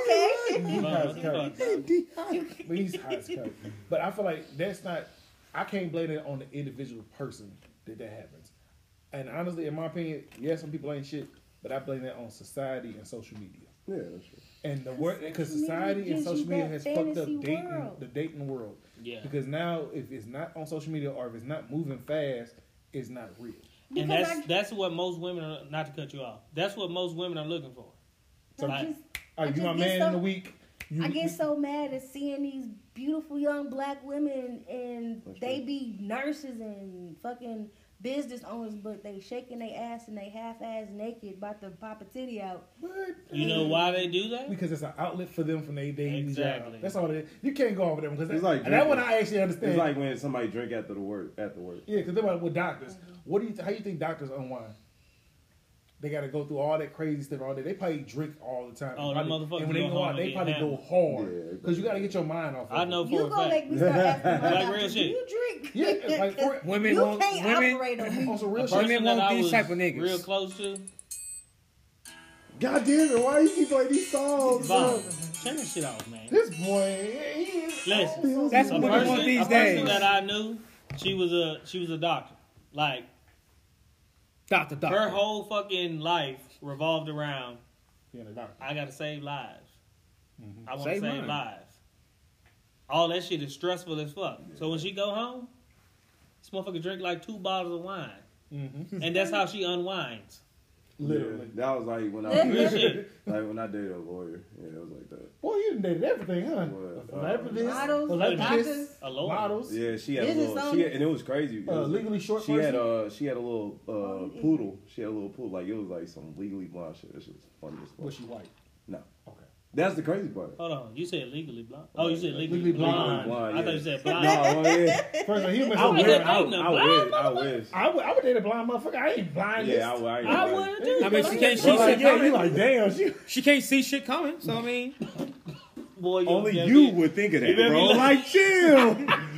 okay? He's hot as Fuck, cow. fuck, fuck. But he's hot as cow. But I feel like that's not. I can't blame it on the individual person that that happens. And honestly, in my opinion, yeah, some people ain't shit, but I blame that on society and social media. Yeah, that's true. And the word because social media society and gives social you media that has fucked up fantasy dating world. the dating world. Yeah. Because now if it's not on social media or if it's not moving fast, it's not real. and Because that's I- that's what most women are not to cut you off. That's what most women are looking for. I Like, just- Are I you just my get man so- in the week? You, I get so mad at seeing these beautiful young black women and That's they true. be nurses and fucking business owners, but they shaking their ass and they half ass naked, about to pop a titty out. What? you know why they do that? Because it's an outlet for them from their daily Exactly. job. That's all it is. You can't go over them because It's like and that one drinking. I actually understand. It's like when somebody drink after the work. After work. Yeah, because they're with doctors. What do you? Th- how you think doctors unwind? They got to go through all that crazy stuff all day. They probably drink all the time. Oh, them Probably- motherfuckers and when they go go home out, and they get probably go Yeah, hard they because you got to get your mind off. Of I it. know for You a gonna make fact. me start asking my Like doctor, real "Do shit. you drink? Yeah, like for, Women you won't- can't women- operate on me. on some A real person shit. Women that want I these was type of niggas. Real close to. God damn it! Why you keep playing these songs? Bob, turn this shit off, man. This boy, he is. Listen, That's a what we want person, these a person days. that I knew, she was a she was a doctor. Like Doctor, doctor. her whole fucking life revolved around Being a doctor. I gotta save lives. I want to Mm-hmm. Save save, mine. lives. All that shit is stressful as fuck. So when she go home, this motherfucker drink like two bottles of wine, Mm-hmm. Mhm. and that's how she unwinds. Literally. Yeah, that was like when I was, Real shit. like when I dated a lawyer. Yeah, it was like that. Boy, you done dated everything, huh? What? Philanthropist, Models, philanthropist, doctors. A lawyer. models. uh, Yeah, she had a This is little. on- She had, and it was crazy. Uh, because legally short. she had person. a she had a little uh, poodle. She had a little poodle. Like it was like some legally blonde shit. That shit was funny as fuck. Was she white? No, Okay. that's the crazy part. Hold on, you said legally blonde. Oh, you said legally, Legally blonde. blonde. Blonde, I thought yeah. you said No, blind. oh, yeah. First of all, he was I a I would've wish. weird. dated I, a wish. I blind wish. I would, I would date a blind motherfucker. I ain't blind. Yeah, I would. I, ain't I lying. would do. I mean, she can't. She, She's like, she, yeah, you like, damn, she. she can't see shit coming. So I mean, Boy, you Only just you did. would think of that, You better be bro. like-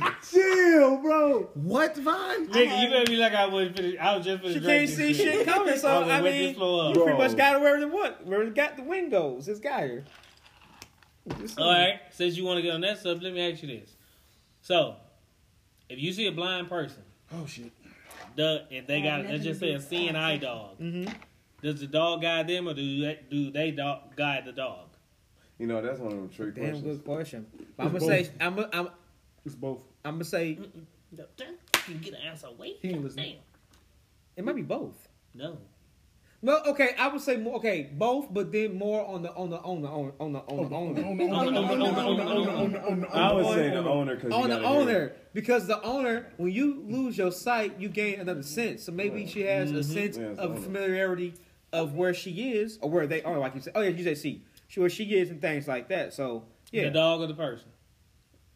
Like, chill, chill, bro. What, Vine? Nigga, you better be like I was. Finish, I was just finished. she can't see shit coming. So I would I wet Oh, this mean, floor up. you pretty much Bro. got her where the what? Where it got the wind goes. It's got her. All right, since you want to get on that stuff, let me ask you this. So, if you see a blind person, Oh, shit. the if they Oh, got nothing let's just to say do a with seeing that. eye dog, does the dog guide them or do they, do they dog guide the dog? You know that's one of them trick Damn questions. good question. I'm gonna say. I'm. gonna- I'm. It's both. I'm gonna say No, damn, You get an ass away. He ain't listening. it might be both. No, Well, okay, I would say more. Okay, both, but then more on the on the on the on on the on the Oh, owner I would on- say the on- owner because on the owner because the owner, when you lose your sight, you gain another sense. So maybe she has a sense Mm-hmm. Yeah, it's of owner. familiarity of where she is or where they are. Like you said, oh yeah, you say she, she where she is and things like that. So yeah, the the, dog or the person.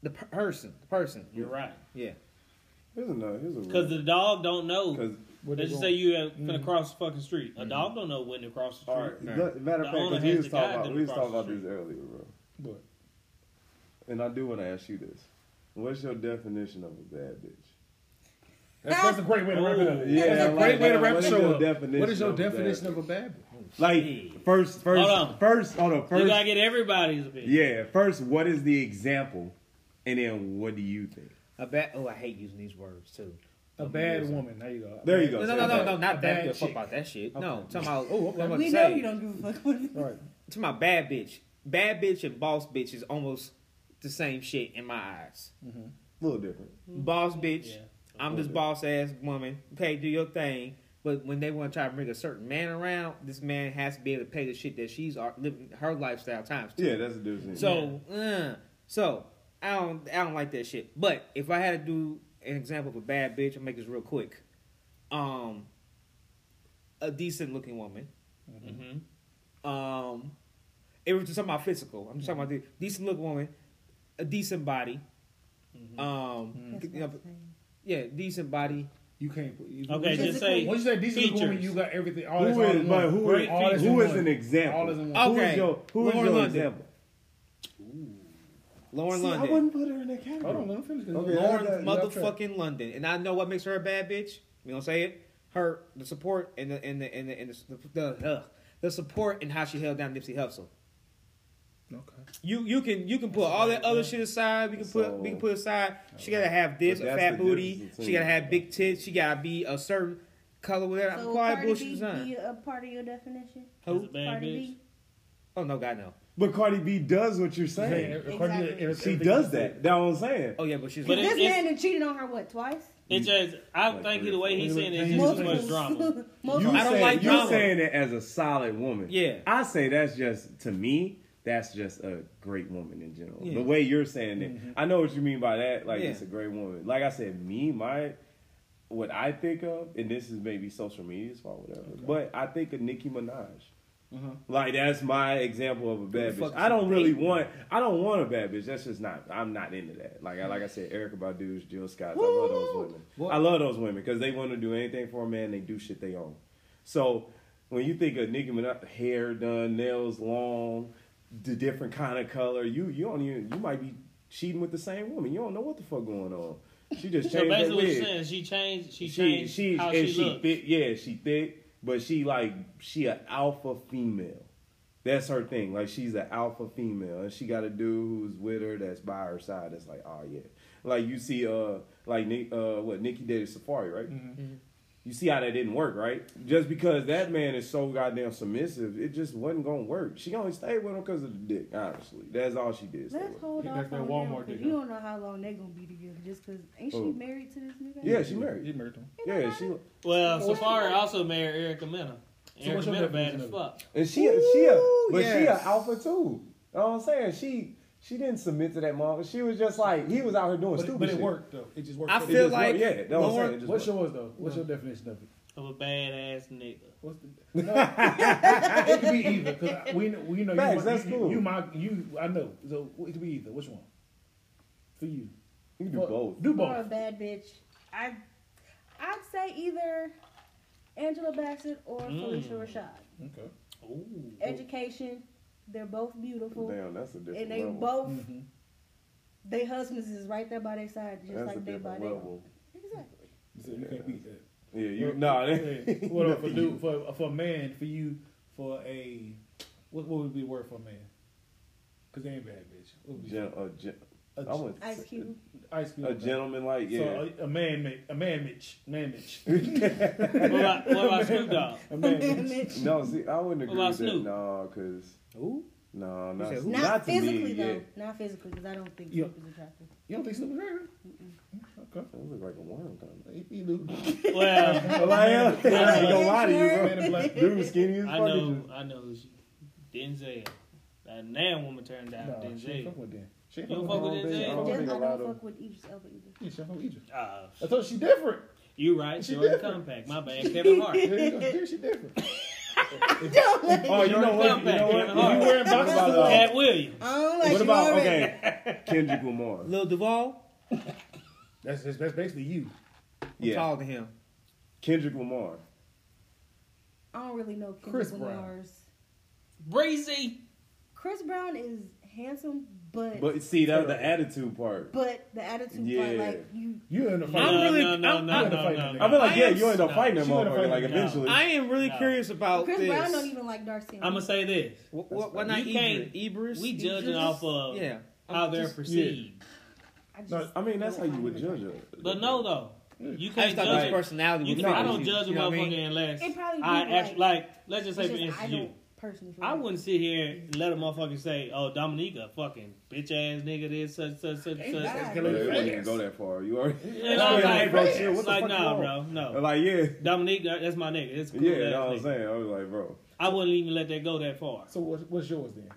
per- person, the person. You're right Yeah, Here's another. Here's a because the dog don't know. because Let's just say you have finna cross the fucking street. A dog don't know when to cross the street. Mm-hmm. all right. the- Matter The of fact, owner because we has was to talking guide about them we was across talking the about this street. earlier, bro. What? And I do want to ask you this: What's your definition of a bad bitch? That's, that's a great way to wrap it up. Yeah, that's a great like, way to uh, wrap the what's show your up. definition what is your of a bad definition bitch? of a bad boy? Like first, first, Hold on. first, hold on, You first. gotta get everybody's opinion. yeah, first. What is the example, and then what do you think? a bad. Oh, I hate using these words too. A bad woman. There you go. There you No, go. no, no, no, no, A not that. bad Give a fuck chick. about that shit. No, talking about. Oh, what I'm about to We say. know you don't give a fuck. what it is. Right. to my bad bitch, bad bitch and boss bitch is almost the same shit in my eyes. A little different. Mm-hmm. Boss bitch, Yeah. I'm this boss ass woman. Okay, do your thing. But when they want to try to bring a certain man around, this man has to be able to pay the shit that she's ar- living her lifestyle times. Two. Yeah, that's the difference. So, uh, so I don't, I don't like that shit. But if I had to do an example of a bad bitch, I'll make this real quick. Um, a decent looking woman. Mm-hmm. Um, it was just talking about physical. I'm just talking about the decent look woman, a decent body. Mm-hmm. Um, That's you what know, I'm saying. yeah, decent body. You can't put. You, Okay, once you just say say- Once you say decent features. woman, you got everything. All that's who all in is, one. but who Great is, All that's who in is one. an example? All is in one. Oh. Okay. Who is your, who is Lauren your London. example? Lauren See, I London. wouldn't put her in that Hold on, category. let me finish. Okay. this. Lauren Yeah, yeah, motherfucking London. And I know what makes her a bad bitch. We don't say it. Her the support and the and the and the and the, the, the, uh, the support and how she held down Nipsey Hussle. Okay. You you can you can put all that other shit aside. We can put we can put aside. She gotta have this But a that's fat the booty. difference She gotta between- have big tits. She gotta be a certain color with that. So Quiet Cardi bullshit B design. be a part of your definition? That's a bad Cardi bitch. B? Oh no, God no. But Cardi B does what you're saying. She does that. That's what I'm saying. Oh yeah, but she's. But it- This it's- man done cheated on her what twice? It just, I Like think three the or way he's four. saying it, it's just too Multiple- much drama. You Multiple. I don't say, like you drama. saying it as a solid woman. Yeah. I say that's just to me. That's just a great woman in general. Yeah. Mm-hmm. The way you're saying it, I know what you mean by that. Like Yeah. it's a great woman. Like I said, me my what I think of, and this is maybe social media's fault, whatever. But I think of Nicki Minaj. Like that's my example of a bad Mm-hmm. the bitch. fuck I is don't that? really want. I don't want a bad bitch. That's just not. I'm not into that. Like I like I said, Erica Badu's, Jill Scott. I love those women. I love those women because they want to do anything for a man. They do shit they own. So when you think of Nicki Minaj, hair done, nails long, the different kind of color, you you don't even you might be cheating with the same woman. You don't know what the fuck going on. She just So changed her basically, what wig. you're saying, she changed, she, She changed she how and she, she looks. thick. Yeah, she thick, but she like she an alpha female. That's her thing. Like she's an alpha female, and she got a dude who's with her that's by her side. That's like, oh yeah. Like you see, uh, like Nick, uh, what Nikki did at Safari, right? Mm-hmm. Mm-hmm. You see how that didn't work, right? Just because that man is so goddamn submissive, it just wasn't gonna work. She only stayed with him because of the dick. Honestly, that's all she did. stay Let's with him. hold Yeah, off that's that on Walmart Walmart them, 'cause nigga. you don't know how long they gonna be together. Just cause ain't she Oh. married to this nigga? Yeah, she married. married to him. Yeah, she Well, Safari also married Erica Mena. So what's Erica your Mena bad definition as of fuck. And she, a she, a, Ooh, but she a yes. alpha too. You know what I'm saying? She, she didn't submit to that mom. She was just like he was out here doing But, stupid it- but it shit. worked though. It just worked. I for feel him. just like worked. Yeah, that's what I'm Lauren- saying. It just What's worked. yours though? What's your definition of it? Of a badass nigga. What's the, no, it could be either. Cause we know, we know Facts, you, my, that's you, cool. you my you. I know. So it could be either. Which one? For you. You do Well, both. Do Or a both. bad bitch. I, I'd say either Angela Bassett or Mm. Felicia Rashad. Oh. Okay. Ooh. Education. They're both beautiful, Damn, that's a different and they level. Mm. both. Mm-hmm. They husbands is right there by their side, just that's a like they by different their. level. Exactly. So you can't beat that. Yeah, you no. Yeah. That, What up for dude for for a man for you for a what what would be the word for a man? Cause they ain't bad bitch. What would be- gen, a, gen, a, I would Ice say- Cube. ice cube. A gentleman like yeah. So a, a man mitch a man mitch man mitch uh, What about, what about Snoop Dogg? a man mitch. no, see, I wouldn't agree about with that. Snoop? No, cause Ooh. no, said not, who? Not, not to physically me. though. Yeah, Not physically, because I don't think Yeah. Snoop is attractive. You don't think Snoop was married? Okay. that look like a worm kind He, he do. Well, of. I am. I ain't gonna lie to Man you, in black. bro. Dude, skinny as I fuck. is know, just- I know who she Denzel. That damn woman turned down No, she ain't Denzel. fuck with them. She ain't You fuck don't with fuck them. with I Just don't Denzel? I think a don't lot of- fuck with Idris Elba either. Yeah, she ain't fuck with Egypt. Uh, I thought she different. you right, She Jordan different. Compact. My bad, Kevin Hart. Yeah, you know, yeah, she different. Oh, you know what? You know what? Kevin You Hart. wearing boxers? What uh, Cat Williams. I don't like What you about already. okay? Kendrick Lamar. Lil Duval. That's that's, that's basically you. I'm Yeah. taller than him. Kendrick Lamar. I don't really know Kendrick Chris Brown. Lamar's. Breezy. Chris Brown is handsome, but but, But see, that's the attitude part. the attitude part, Yeah. like you. You in the No, fight. I'm really- no, no, I'm- no, I'm gonna no, fight no, that no. nigga. I feel like, I yeah, am you end up no, fighting that she gonna motherfucker fight like him. No. eventually. I am really No. curious about Chris this. Brown don't even like dark skin. I'm gonna say this. Wh- wh- Why not You can't- Ibris? we Ibris? judging off of yeah. How they're just- perceived. I just, I mean, that's how don't you would like him. judge it. But no, though, you Mm. I just can't thought his judge. personality You was can, I fine. don't judge a You know what I motherfucker mean? unless It probably be I like- actually like. Let's just It's say for just, I instance, don't you. personally. feel I like wouldn't sit here and let a motherfucker say, "Oh, Dominica, fucking bitch ass nigga, this such such such Ain't such." that- Yeah, it wouldn't even go that far. You already. And I'm Yeah, like, bro, shit, what it's the like, fuck nah, you bro, want? no. Like, yeah. Dominique, that- that's my nigga. That's a cool. Yeah, ass that's what I'm nigga. saying. I was like, bro. I wouldn't even let that go that far. So what's, what's yours then?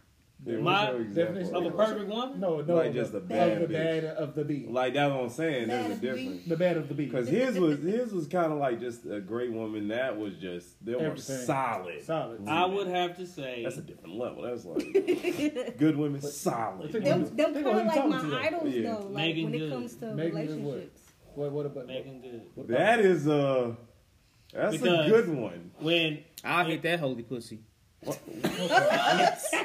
Yeah, My what's your definition example? Of a perfect woman? No, no. Like just the, a bad of the bad bitch. of the B. Like, that's what I'm Bad saying. There's a as we- difference. The bad of the B. Because his was his was kind of like just a great woman. That was just, they were Everything. solid. solid. I would have to say That's a different level. That's like, good women, solid. Think about Them, them who you kind of like talking my to, though. idols Yeah. though. Like Megan when it Good. comes to Megan Good what? relationships. What, what about Megan Good. what about- That is a that's Because- a good one. When I hate that holy pussy. We gonna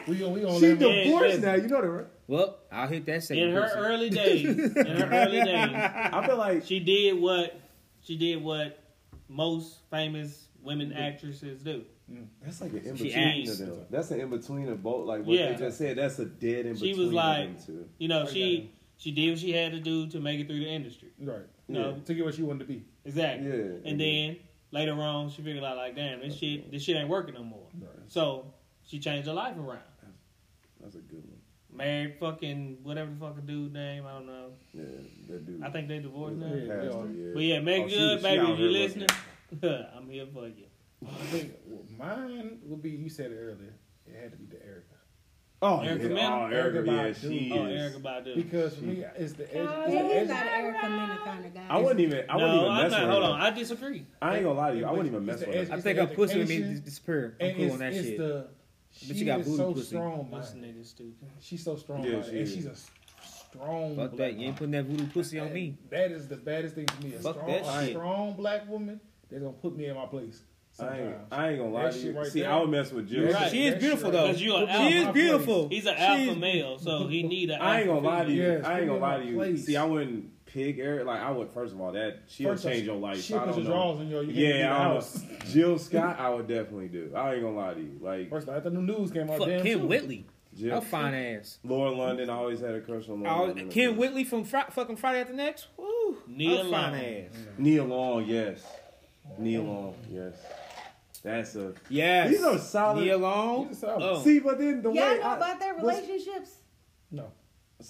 we gonna She let him- Yeah, divorced listen. now, you know that, right? Well, I'll hit that second in her pussy. early days, in her early days, I feel like she did what she did what most famous women actresses do. that's like an in She between acts. of them. That's an in between of both. Like what Yeah. they just said, that's a dead in between. She was like, of them two. you know, she she did what she had to do to make it through the industry. right. No. To get what you wanted to be. Exactly. Yeah. And then Later on, she figured out like, damn, this shit, this shit ain't working no more. So she changed her life around. That's a good one. Married fucking whatever the fucking dude name, I don't know. Yeah, that dude. I think they divorced was now. a pastor, But yeah, make Oh, she- good, she baby. out If you here listening, looking. I'm here for you. I think mine would be you said it earlier. It had to be the Erica. Oh, Erica yeah. Mena? Oh, Erica, Erica yeah, Badu. she Oh, is. Erica Badu. Because for me, it's the edge. Yeah, it's the he's edge- not an Erica Mena kind of guy. I wouldn't even. I wouldn't no, even I'm mess not. with Hold her. on, I disagree. I ain't gonna lie to you. I wouldn't even mess It's the with her. edge- I it's think the her pussy would education, dis- disappear. I'm and cool it's, on that it's shit. the. She, you got is booty so pussy. strong. This minded. nigga stupid. She's so strong. Yeah, minded, she and is. she's a s- strong. Fuck black that. You ain't woman. putting that voodoo pussy on me. That is the baddest thing for me. A Fuck strong, that a shit. strong black woman. They're gonna put me in my place. I ain't, Sometimes. I ain't gonna lie That to shit you. right See, there. I would mess with Jill. You're right. She is That beautiful shit right though. there. Because you an She is alpha. beautiful. He's an She alpha is- male, so he need an. I ain't gonna lie to you. Yes, I ain't put me gonna in lie my to you. place. See, I wouldn't pick Eric. Like, I would first of all that she'll First off, change your life. She'll I put don't your know. drawers in your. You can't leave Yeah, the I don't- house. Jill Scott, I would definitely do. I ain't gonna lie to you. Like First of all, after the news came out, Fuck damn Ken sure. Whitley. Jill, Her fine ass. Lauren London I always had a crush on I Lauren was, London. Ken Whitley from Fri fucking Friday at the Next. Woo. Knee Her fine alone. ass. Neil Long, yes. Neil Long, yes. That's a. Yes. These are solid- Knee alone. These are solid. Oh. See, but then the Y'all way know I, about their let's- relationships. No,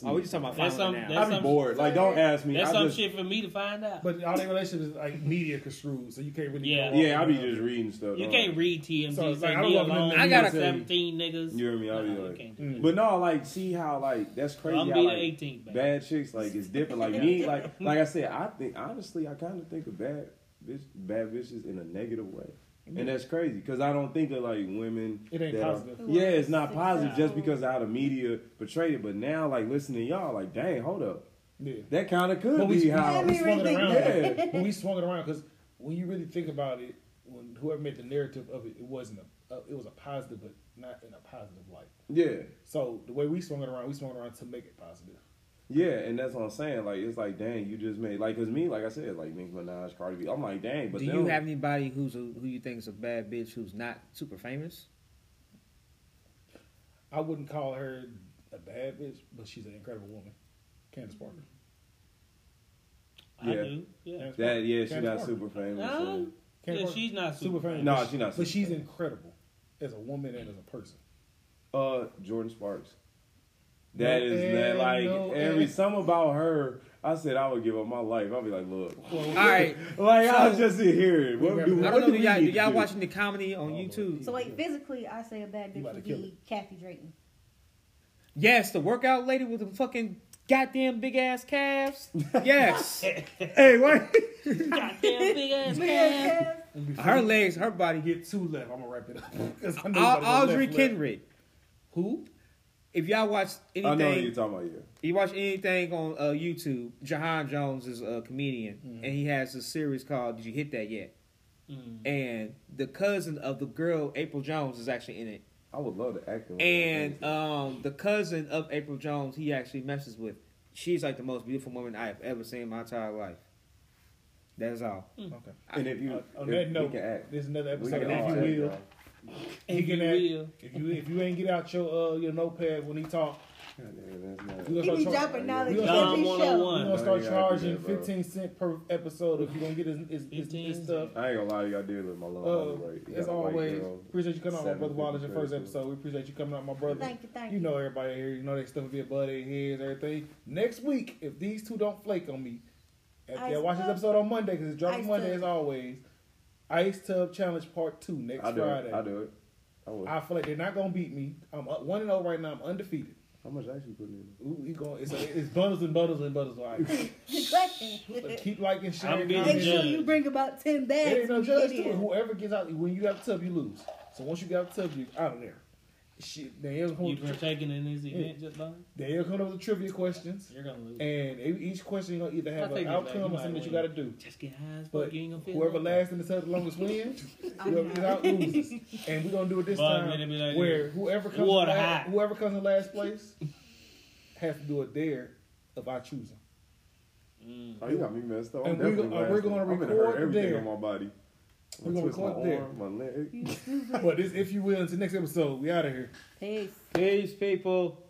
Oh, we just talking about That's fine some- now. that's- I'd be bored. Like, don't ask me. That's I some just, shit for me to find out. but all their relationships is like media construed, so you can't really. Yeah. go off Yeah, I be on that. just reading stuff. you don't can't I? read TMZ. So, So, like, I I don't walk in the I middle got and say- 17 niggas. You hear me? I'll be Nah, you like- can't do Mm. But no, like, see how like that's that. crazy. I'm how, be the like, 18th, baby. bad chicks like it's different. Like me, like like I said, I think honestly, I kind of think of bad bitch, bad bitches in a negative way, and that's crazy because I don't think of like women. It ain't that are- positive. yeah, it's not positive just Successful. because of how the media portrayed it. But now, like listening to y'all, like dang, hold up, Yeah. that kind of could But we- be we- how. we- we swung it Everything. around. Yeah. But we swung it around because when you really think about it, when whoever made the narrative of it, it wasn't a, uh, it was a positive, but not in a positive light. Yeah, So the way we swung it around, we swung it around to make it positive. yeah, and that's what I'm saying. Like it's like dang, you just made like because me, like I said, like Nicki Minaj, Cardi B. I'm like dang, but Do them- you have anybody who's a, who you think is a bad bitch who's not super famous? I wouldn't call her a bad bitch, but she's an incredible woman. Candace Parker. I Yeah. do. Yeah. Candace Parker. that? Yeah, she's Candace not Parker. super famous. Uh, so- Candace yeah, Parker. she's not super, super famous. No, but she's not But super she's famous. incredible as a woman and as a person. Uh, Jordan Sparks. That No is air, that like no every air. some about her. I said I would give up my life. I'll be like, look, All right. like I'll So- just sit here. What do, I I Oh, don't what know. do Do we y'all, do need to y'all do? Oh, watching the comedy on YouTube? So wait, physically, I say a bad bitch You about would to kill be Kathy Drayton. Yes, the workout lady with the fucking goddamn big ass calves. Yes. Hey, wait. goddamn big ass man. Yeah. her legs, her body. Get two left. I'm gonna wrap it up. 'Cause I know Al- about the left, Audrey left. Kendrick. Who? If y'all watch I know what anything, you're talking about. Yeah, you watch anything on uh, YouTube. Jahan Jones is a comedian, and he has a series called "Did You Hit That Yet?" Mm. And the cousin of the girl, April Jones, is actually in it. I would love to act. in one of And uh, those um, the cousin of April Jones, he actually messes with. She's like the most beautiful woman I have ever seen in my entire life. That's all. Okay. things. and if you, Uh, on if that we note, can act. there's another We episode. can of all If you will, act, he If can you act. will. If you if you ain't get out your uh your notepad when he talk, y'all. God damn, that's we not- He gonna be start char- dropping knowledge Y'all every want show. one. we gonna start Yeah, I can do charging that, bro. fifteen cent per episode if you don't get his his, his, 15 his stuff. I ain't gonna lie to you. I did live my Uh, love. as always, appreciate you coming out, my brother Wallace, your first episode. We appreciate you coming out, my brother. Thank you, thank You you. know everybody here. You know they stuff will be above their heads, everything. Next week, if these two don't flake on me, if Ice they watch this Tub. episode on Monday because it's dropping Ice Monday Tub. as always. Ice Tub Challenge Part Two next I do Friday. it. I do it. I will. I feel like they're not gonna beat me. I'm up one and zero right now. I'm undefeated. How much actually putting in? Ooh, we going. It's, it's bundles and bundles and bundles. All right. But Make keep liking, sharing, I'm being commenting. sure you bring about ten bags. It ain't no when you judge get to it. in. Whoever gets out, when you got the tub, you lose. So once you got the tub, you out of there. Shit, Danielle You come, partaking in this event just now? Danielle come up with trivia questions, You're gonna lose. and e- each question gonna either have I an think it's like outcome you or something might that you win. gotta do. Just get high as fuck. But You ain't gonna feel whoever nothing. lasts in the tub the longest wins. I'm whoever gets not. out loses, and we're gonna do it this Bud, let it time be like where this. whoever comes in Water last, hot. whoever comes in last place has to do a dare of our choosing. Mm. Oh, you got me messed up. I'm And we go- definitely uh, we're gonna laughing. I'm record hurt everything there. on my body. I'm We're gonna twist my record there. arm, my leg. but this, if you will, until next episode, we out of here. Peace. Peace, people.